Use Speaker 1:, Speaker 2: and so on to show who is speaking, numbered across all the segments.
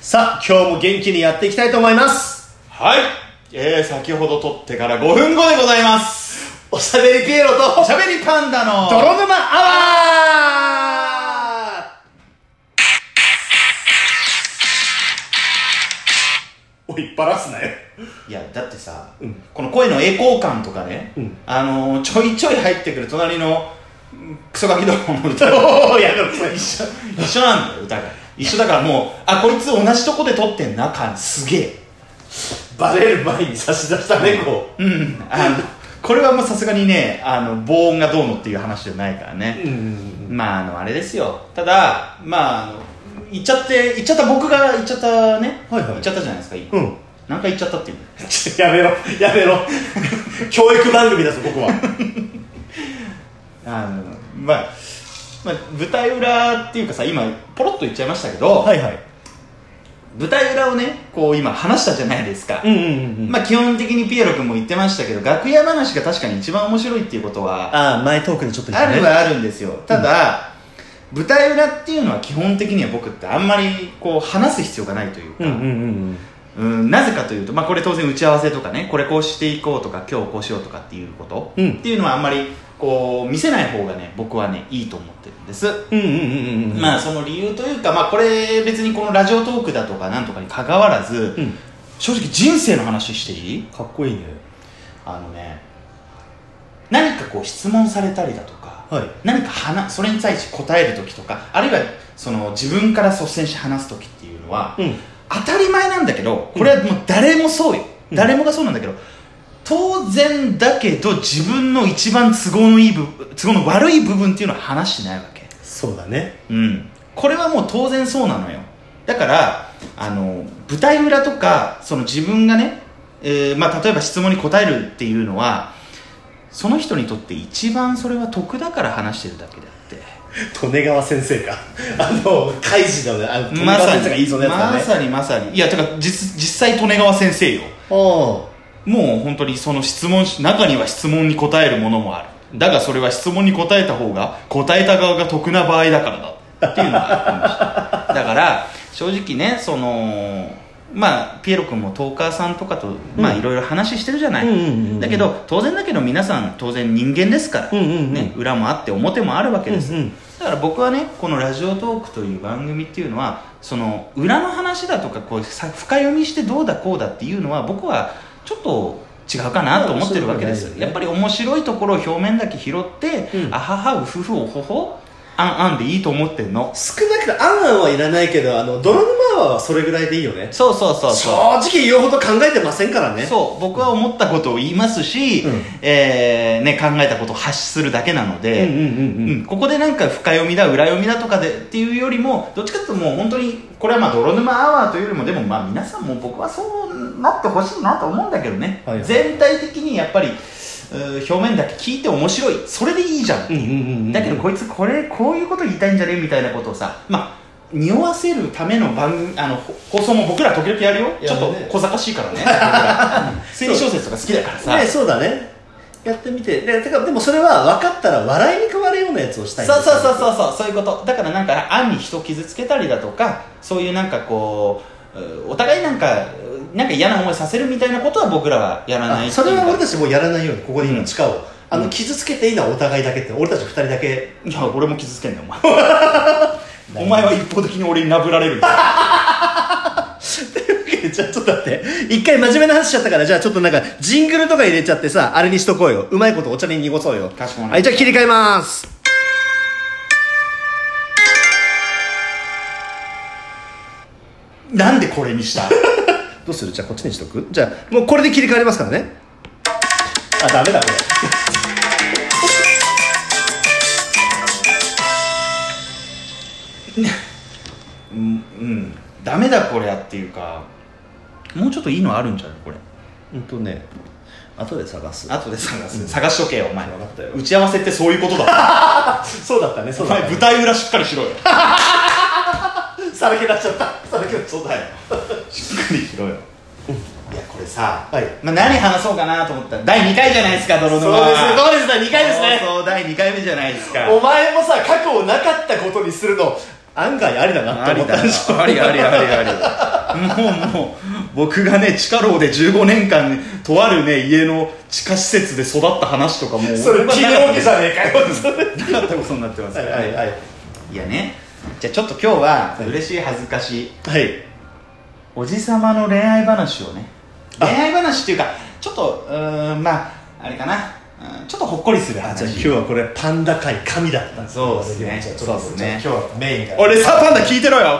Speaker 1: さあ、今日も元気にやっていきたいと思います。
Speaker 2: はい、えー、先ほど撮ってから5分後でございます
Speaker 1: おしゃべりピエロと
Speaker 2: おしゃべりパンダの
Speaker 1: 泥沼アワーおい、バラすなよ。
Speaker 2: いやだってさ、
Speaker 1: うん
Speaker 2: この声のエコー感とかね、
Speaker 1: うん
Speaker 2: あのー、ちょいちょい入ってくる隣のうんクソガキどもの歌
Speaker 1: おー、やるぞ、一緒。
Speaker 2: 一緒なんだよ歌が一緒だからもうあこいつ同じとこで撮ってんな感すげえ
Speaker 1: バレる前に差し出した猫。
Speaker 2: うんあのこれはもうさすがにねあの防音がどうのっていう話じゃないからね、
Speaker 1: ん。
Speaker 2: まあ、あの、あれですよ。ただ、まあ、あの、言っちゃって、言っちゃった僕が言っちゃったね。
Speaker 1: はいはい
Speaker 2: 言っちゃったじゃないですか、今。
Speaker 1: うん。
Speaker 2: 何回言っちゃったっていうの
Speaker 1: ちょやめろ、やめろ。教育番組だぞ、僕は。
Speaker 2: あの、まあ、まあ、舞台裏っていうかさ、今、ポロッと言っちゃいましたけど、
Speaker 1: いはい。
Speaker 2: 舞台裏をね、こう今話したじゃないですか。
Speaker 1: うんうんうん。
Speaker 2: まあ、基本的にピエロ君も言ってましたけど、楽屋話が確かに一番面白いっていうことは、
Speaker 1: ああ、前トークでちょっと
Speaker 2: あるはあるんですよただ、舞台裏っていうのは基本的には僕ってあんまりこう話す必要がないというか、
Speaker 1: うんうんうん
Speaker 2: うんなぜかというと、まあ、これ当然打ち合わせとかねこれこうしていこうとか今日こうしようとかっていうこと、
Speaker 1: うん
Speaker 2: っていうのはあんまりこう見せない方がね僕はねいいと思ってるんです、
Speaker 1: うん。うんうんうんうん。
Speaker 2: まあその理由というか、まあ、これ別にこのラジオトークだとかなんとかに関わらず、
Speaker 1: うん。
Speaker 2: 正直人生の話していい
Speaker 1: かっこいいね。
Speaker 2: あのね何かこう質問されたりだとか、
Speaker 1: はい。
Speaker 2: 何か話それに対して答える時とかあるいはその自分から率先して話す時っていうのは、
Speaker 1: うん。
Speaker 2: 当たり前なんだけどこれはもう誰もそうよ、
Speaker 1: うん
Speaker 2: 誰もがそうなんだけど当然だけど自分の一番都合のいい部分都合の悪い部分っていうのは話してないわけ
Speaker 1: そうだね。
Speaker 2: うんこれはもう当然そうなのよだからあの舞台裏とかその自分がね、えーまあ、例えば質問に答えるっていうのはその人にとって一番それは得だから話してるだけであって
Speaker 1: 利根川先生か あの海事のねあの利根
Speaker 2: ま
Speaker 1: 川
Speaker 2: さ
Speaker 1: 先生がいいぞ
Speaker 2: に
Speaker 1: ねや
Speaker 2: ま
Speaker 1: つだね
Speaker 2: さにまさにいやてか実実際利根川先生よ
Speaker 1: お
Speaker 2: もう本当にその質問し中には質問に答えるものもあるだがそれは質問に答えた方が答えた側が得な場合だからだっていうのがありましただから正直ねそのまあピエロ君もトーカーさんとかとまあ
Speaker 1: うん
Speaker 2: いろいろ話してるじゃない、
Speaker 1: うんうんうんうん
Speaker 2: だけど当然だけど皆さん当然人間ですから、
Speaker 1: うんうんうん
Speaker 2: ね、裏もあって表もあるわけです、
Speaker 1: うんうん
Speaker 2: だから僕はねこの「ラジオトーク」という番組っていうのはその裏の話だとかこうさ深読みしてどうだこうだっていうのは僕はちょっと違うかなと思ってるわけです、
Speaker 1: うん
Speaker 2: やっぱり面白いところを表面だけ拾って、
Speaker 1: うん
Speaker 2: あははうふふおほほあんあんでいいと思ってんの
Speaker 1: 少なくともあんあんはいらないけどあの泥沼はそれぐらいでいいよね
Speaker 2: そうそうそう
Speaker 1: 正
Speaker 2: そう
Speaker 1: 直言うほど考えてませんからね
Speaker 2: そう僕は思ったことを言いますし、
Speaker 1: うん
Speaker 2: えーね、考えたことを発するだけなの
Speaker 1: うんうんうん
Speaker 2: で、
Speaker 1: うん
Speaker 2: うんここでなんか深読みだ裏読みだとかでっていうよりもどっちかっていうともう本当にこれはまあ泥沼アワーというよりもでもまあ皆さんも僕はそうなってほしいなと思うんだけどね、
Speaker 1: はいはい
Speaker 2: 全体的にやっぱりうー表面だけ聞いて面白いそれでいいじゃんって
Speaker 1: うん
Speaker 2: いうう、
Speaker 1: んうんうん
Speaker 2: だけどこいつこれこういうこと言いたいんじゃねみたいなことをさまあ匂わせるための番組あのほ放送も僕ら時々やるよ
Speaker 1: や
Speaker 2: ちょ
Speaker 1: る
Speaker 2: っ
Speaker 1: ね
Speaker 2: と小賢しいからね僕 ら推理小説とか好きだからさ、
Speaker 1: ねそうだねやってみてでてかでもそれは分かったら笑いに変わるようなやつをしたいんです
Speaker 2: そう
Speaker 1: よ
Speaker 2: そうそうそうそうそういうことだからなんか暗に人傷つけたりだとかそういうなんかこううお互いなんかなんか嫌な思いさせるみたいなことは僕らはやらない
Speaker 1: あそれは俺
Speaker 2: 俺
Speaker 1: たちもうやらないようにここで今誓おう、あ
Speaker 2: う
Speaker 1: の
Speaker 2: ん
Speaker 1: 傷つけていいのはお互いだけって俺たち二人だけ
Speaker 2: いや俺も傷つけんだよ お前お前は一方的に俺になぶられる
Speaker 1: じ ゃあちょっと待って一回真面目な話しちゃったからじゃあちょっとなんかジングルとか入れちゃってさあれにしとこうようまいことお茶に濁そうよ
Speaker 2: かしこまりました
Speaker 1: はいじゃあ切り替えます
Speaker 2: なんでこれにした
Speaker 1: どうするじゃあこっちにしとくじゃあもうこれで切り替わりますからねあダメだこれ
Speaker 2: うん、うん、ダメだこれやっていうかもうちょっといいのあるんじゃないこれ
Speaker 1: うんとね後で探す
Speaker 2: 後で探す、探しとけよお前
Speaker 1: 分かったよ
Speaker 2: 打ち合わせってそういうことだ
Speaker 1: そうだったねそ
Speaker 2: お前舞台裏しっかりしろよ
Speaker 1: さらけ出しちゃったさらけ出しちゃっ
Speaker 2: だよしっかりしろよいやこれさ、
Speaker 1: はい
Speaker 2: まあ、何話そうかなと思ったら第2回じゃないですか泥沼
Speaker 1: そうですそうです2回ですね
Speaker 2: そうそう第2回目じゃないですか
Speaker 1: お前もさ過去をなかったことにするの案外ありだなって
Speaker 2: あ
Speaker 1: 思
Speaker 2: り
Speaker 1: った
Speaker 2: だ
Speaker 1: でしょ
Speaker 2: なありありありありもうもう僕がね地下牢で15年間とあるね家の地下施設で育った話とかもう
Speaker 1: それ
Speaker 2: 僕は
Speaker 1: 聞い
Speaker 2: な
Speaker 1: て
Speaker 2: か
Speaker 1: るわけじゃねえかよそれ
Speaker 2: なかったことになってます
Speaker 1: はいはいはい
Speaker 2: いやねじゃあちょっと今日は
Speaker 1: はい
Speaker 2: 嬉しい恥ずかしい
Speaker 1: はい
Speaker 2: おじさまの恋愛話をね
Speaker 1: あ
Speaker 2: 恋愛話っていうかちょっとうーんまああれかなうんちょっとほっこりする
Speaker 1: あじ
Speaker 2: 話
Speaker 1: ゃあ今日はこれパンダ界神だった
Speaker 2: そうっすね
Speaker 1: じゃあちょっと
Speaker 2: そうっすね
Speaker 1: じゃあ今日はメインが
Speaker 2: 俺さパンダ聞いてろよ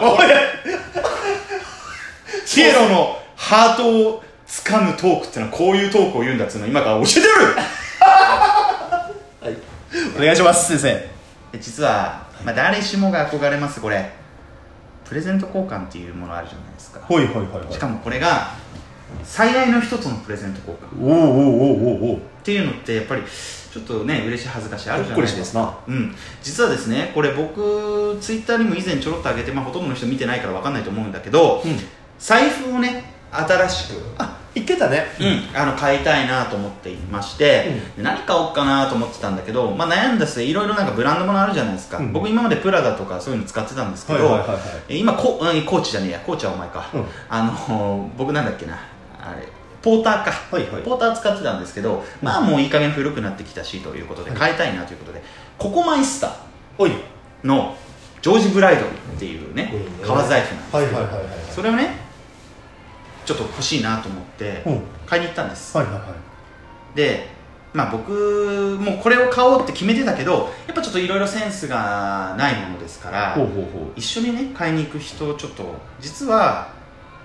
Speaker 2: ピエロのハートを掴むトークってのはこういうトークを言うんだっつうの今から教えてやる
Speaker 1: お願いします先生
Speaker 2: で実は、まあ、誰しもが憧れますこれプレゼント交換っていうものあるじゃないですか
Speaker 1: ほいほいほいほい
Speaker 2: しかもこれが最大の一つのプレゼント交換っ
Speaker 1: おおおおおおお
Speaker 2: ていうのってやっぱりちょっとね嬉しい恥ずかしいあるじゃないですか
Speaker 1: な
Speaker 2: うん、実はですねこれ僕ツイッターにも以前ちょろっと上げて、まあ、ほとんどの人見てないから分かんないと思うんだけど、
Speaker 1: うん
Speaker 2: 財布をね新しく
Speaker 1: あ言ってたね
Speaker 2: うん、あの買いたいなと思っていまして、で何買おうかなと思ってたんだけど、まあ、悩んだ末いろいろなんかブランドものあるじゃないですか、
Speaker 1: うん
Speaker 2: 僕今までプラダとかそういうの使ってたんですけど、
Speaker 1: はいはいはいはい
Speaker 2: え今こうんコーチじゃねえやコーチはお前か、
Speaker 1: うん
Speaker 2: あの僕なんだっけなあれポーターか、
Speaker 1: はいはい
Speaker 2: ポーター使ってたんですけど、まあもういい加減古くなってきたしということで買いたいなということで、ココマイスタ
Speaker 1: おい
Speaker 2: ーのジョージ・ブライドルっていうね、
Speaker 1: うん
Speaker 2: 革財布なんです
Speaker 1: はい
Speaker 2: け
Speaker 1: はい
Speaker 2: ど、
Speaker 1: はいはい
Speaker 2: それをねちょっと欲しいなと思って
Speaker 1: うん
Speaker 2: 買いに行ったんです、
Speaker 1: はいはいはい
Speaker 2: で、まあ、僕もこれを買おうって決めてたけどやっぱちょっといろいろセンスがないものですから
Speaker 1: ほうほうほう
Speaker 2: 一緒にね買いに行く人をちょっと実は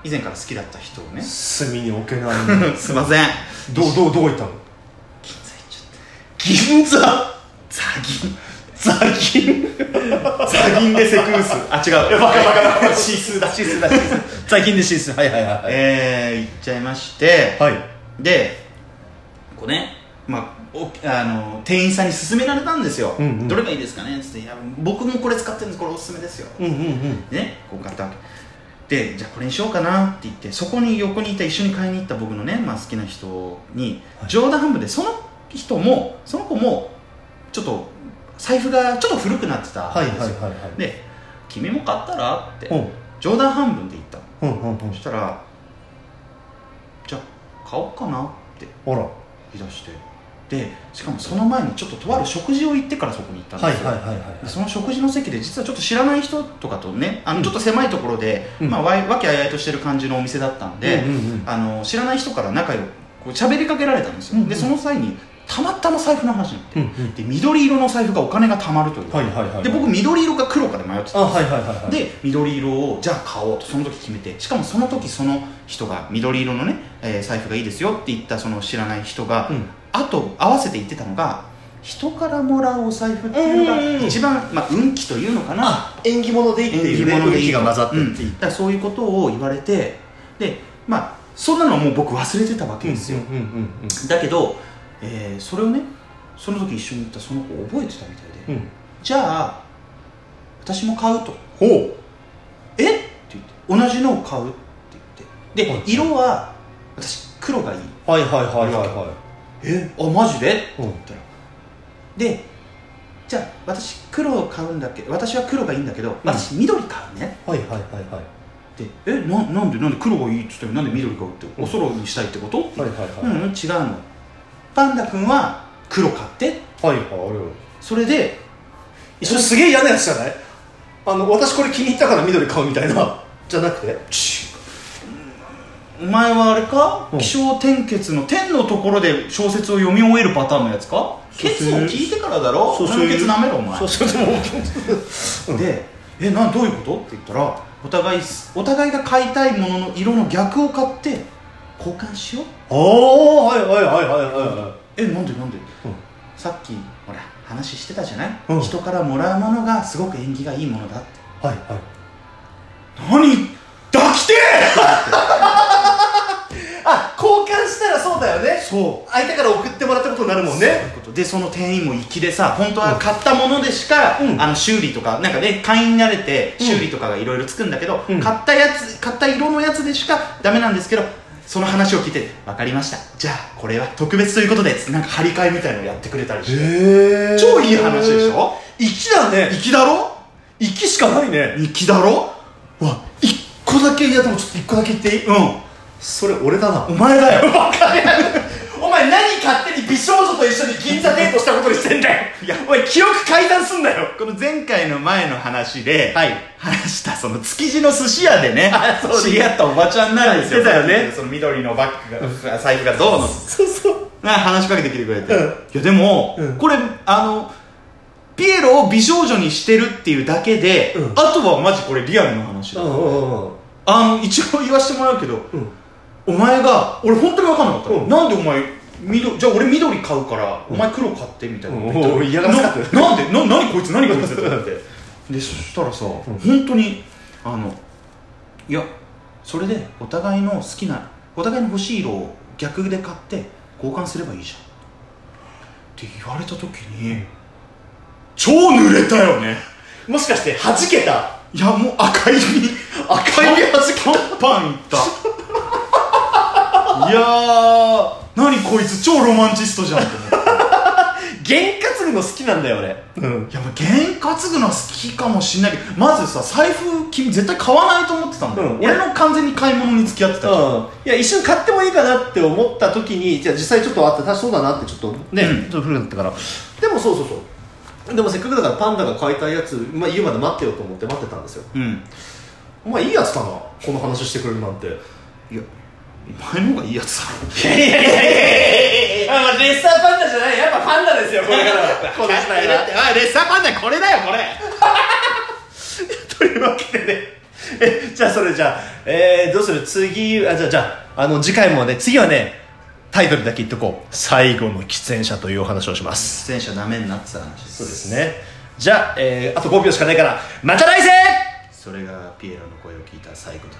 Speaker 2: 以前から好きだった人をね
Speaker 1: 隅に置けない
Speaker 2: すいません
Speaker 1: どうどうどう行ったの
Speaker 2: 銀座行っちゃっ
Speaker 1: 銀座
Speaker 2: たザギン
Speaker 1: ザ銀
Speaker 2: ザギンでセクウスあ違う
Speaker 1: バカバカ
Speaker 2: 指数だ
Speaker 1: 指数だ指数ザ銀で指数はいはいはいはい
Speaker 2: えー、行っちゃいまして、
Speaker 1: はい
Speaker 2: でこうね、まあ、おあの店員さんに勧められたんですよ、
Speaker 1: うんうん
Speaker 2: どれがいいですかねっつっていや僕もこれ使ってるんですこれおすすめですよ
Speaker 1: うんうんうん
Speaker 2: ねこう買ったわけでじゃあこれにしようかなって言ってそこに横にいた一緒に買いに行った僕のね、まあ、好きな人に
Speaker 1: はい
Speaker 2: 冗談半分でその人もその子もちょっと財布がちょっと古くなってたん
Speaker 1: はいはい
Speaker 2: ですよ、
Speaker 1: はいはい
Speaker 2: で「君も買ったら?」って
Speaker 1: うん
Speaker 2: 冗談半分で言ったの
Speaker 1: うんうんうん
Speaker 2: そしたら「じゃあ買おうかな」って
Speaker 1: あら
Speaker 2: 言い出してでしかもその前にちょっととある食事を行ってからそこに行ったん
Speaker 1: はい
Speaker 2: で
Speaker 1: はい
Speaker 2: すよ、
Speaker 1: はいはい
Speaker 2: でその食事の席で実はちょっと知らない人とかとねあのちょっと狭いところで、
Speaker 1: うん
Speaker 2: まあ、わいわきあいあいとしてる感じのお店だったんで、
Speaker 1: うんうんうん
Speaker 2: あの知らない人から仲良くこう喋りかけられたんですよ、
Speaker 1: うんうん
Speaker 2: でその際にたまたま財布の話になって、
Speaker 1: うんうん
Speaker 2: で緑色の財布がお金がたまるという、
Speaker 1: はいはいはい
Speaker 2: で僕緑色か黒かで迷ってた
Speaker 1: あはいはいはいはい
Speaker 2: で緑色をじゃあ買おうとその時決めてしかもその時その人が緑色のね、えー財布がいいですよって言ったその知らない人が、
Speaker 1: うん
Speaker 2: あと合わせて言ってたのが人からもらうお財布っていう
Speaker 1: うんうん
Speaker 2: の
Speaker 1: うん
Speaker 2: が一番、まあ、運気というのかな
Speaker 1: あ縁起物でいいっていうね
Speaker 2: 物
Speaker 1: 運気が混ざってるってい
Speaker 2: うん
Speaker 1: う
Speaker 2: だからそういうことを言われてでまあそんなのもう僕忘れてたわけですよ、
Speaker 1: うんうんうん
Speaker 2: だけど、えーそれをねその時一緒に行ったその子覚えてたみたいで、
Speaker 1: うんうん
Speaker 2: じゃあ私も買うと
Speaker 1: ほう
Speaker 2: えって言って同じのを買うって言って
Speaker 1: はい
Speaker 2: で色は私黒がいい
Speaker 1: はいはいはいはいは
Speaker 2: えあマジでって
Speaker 1: いうん
Speaker 2: 言ったらでじゃあ私黒を買うんだけど私は黒がいいんだけど私緑買うね
Speaker 1: はいはいはいはい
Speaker 2: ってえななんでなんで黒がいいっつったよなんで緑買うって
Speaker 1: うん
Speaker 2: おそろにしたいってこと、って
Speaker 1: はいはいは
Speaker 2: う
Speaker 1: い
Speaker 2: んうん違うのパンダ君は黒買って
Speaker 1: はいはい
Speaker 2: それで
Speaker 1: それすげえ嫌なやつじゃないあの私これ気に入ったから緑買うみたいなじゃなくて
Speaker 2: ちお前はあれか、
Speaker 1: うん
Speaker 2: 気象転結の天のところで小説を読み終えるパターンのやつか
Speaker 1: そう
Speaker 2: ケ
Speaker 1: そ
Speaker 2: ツ
Speaker 1: う
Speaker 2: を聞いてからだろ
Speaker 1: そうそう
Speaker 2: 俺のケツ舐めろお前
Speaker 1: そうそうでもうん
Speaker 2: で「えなんどういうこと?」って言ったらお互いお互いが買いたいものの色の逆を買って交換しよう
Speaker 1: ああはいはいはいはいは
Speaker 2: えなんでなんで、
Speaker 1: うん
Speaker 2: さっきほら話してたじゃない、
Speaker 1: うん
Speaker 2: 人からもらうものがすごく縁起がいいものだって
Speaker 1: いはいはい
Speaker 2: 何抱きて
Speaker 1: あ交換したらそうだよ
Speaker 2: え
Speaker 1: ね
Speaker 2: そう
Speaker 1: 相手から送ってもらったことになるもん
Speaker 2: そうい
Speaker 1: ね
Speaker 2: うことでその店員も粋でさ本当は買ったものでしか、
Speaker 1: うん
Speaker 2: あの修理とかなんかね会員になれて
Speaker 1: うん
Speaker 2: 修理とかがいろいろつくんだけど、
Speaker 1: うん
Speaker 2: 買ったやつ買った色のやつでしかダメなんですけどその話を聞いて分かりましたじゃあこれは特別ということでなんか張り替えみたいのをやってくれたりして
Speaker 1: へえ
Speaker 2: 超いい話でしょ
Speaker 1: 粋だね
Speaker 2: 粋だろ
Speaker 1: 粋しかないね
Speaker 2: 粋だろ
Speaker 1: わ一個だけいやでもちょっと一個だけ言っていい
Speaker 2: うん
Speaker 1: それ俺だな
Speaker 2: お前だ よ
Speaker 1: わかるお前何勝手に美少女と一緒に銀座デートしたことにしてんだよいやお前記憶改ざんすんなよ
Speaker 2: この前回の前の話で、
Speaker 1: はい
Speaker 2: 話したその築地の寿司屋で ね
Speaker 1: あそうです
Speaker 2: 知り合ったおばちゃんなんですよ
Speaker 1: 言ってたよね
Speaker 2: その緑のバッグが財布がどうの
Speaker 1: そうそう
Speaker 2: な話しかけてきてくれて、
Speaker 1: うん
Speaker 2: いやでも、
Speaker 1: うん
Speaker 2: これあのピエロを美少女にしてるっていうだけで、
Speaker 1: うん
Speaker 2: あとはマジこれリアルの話だ、
Speaker 1: うんうん
Speaker 2: あの一応言わしてもらうけど、
Speaker 1: うん
Speaker 2: お前が俺本当に分かんなかった、
Speaker 1: うん
Speaker 2: なんでお前緑じゃあ俺緑買うから、お前黒買ってみたいな、
Speaker 1: うん
Speaker 2: 言った
Speaker 1: おう嫌がらせかった
Speaker 2: ななんでな何こいつ何こいつってなって でそしたらさ、本当にあのいやそれでお互いの好きなお互いの欲しい色を逆で買って交換すればいいじゃんって言われた時に超濡れたよね
Speaker 1: もしかして弾けた
Speaker 2: いやもう赤いに
Speaker 1: 赤いに弾けた
Speaker 2: パンいったいやー 何こいつ超ロマンチストじゃんって思って
Speaker 1: 験担ぐの好きなんだよ俺うん
Speaker 2: いやまあ験担ぐのは好きかもしんないけどまずさ財布君絶対買わないと思ってたんだよ、
Speaker 1: うん
Speaker 2: 俺の完全に買い物に付き合ってたじゃん
Speaker 1: いや一瞬買ってもいいかなって思った時にじゃあ実際ちょっとあって確かそうだなってちょっとね、
Speaker 2: うん
Speaker 1: ちょっと古くなったからでもそうそうそうでもせっかくだからパンダが買いたいやつ、まあ、言うまで待ってようと思って待ってたんですよ
Speaker 2: うん
Speaker 1: お前いいやつだなこの話してくれるなんて
Speaker 2: いやお前の方がいいやつだろ
Speaker 1: いやいやいやいやいやあ、まあ、レッサーパンダじゃないやっぱパンダですよこれからはこの時代は
Speaker 2: あレッサーパンダこれだよこれ
Speaker 1: というわけでねえじゃあそれじゃあ、えーどうする次あじゃあじゃああの次回もね次はねタイトルだけ言っとこう最後の喫煙者というお話をします
Speaker 2: 出演者ダメになってた話です
Speaker 1: そうですねじゃあ、えーあと5秒しかないからまた来世
Speaker 2: それがピエロの声を聞いた最後だ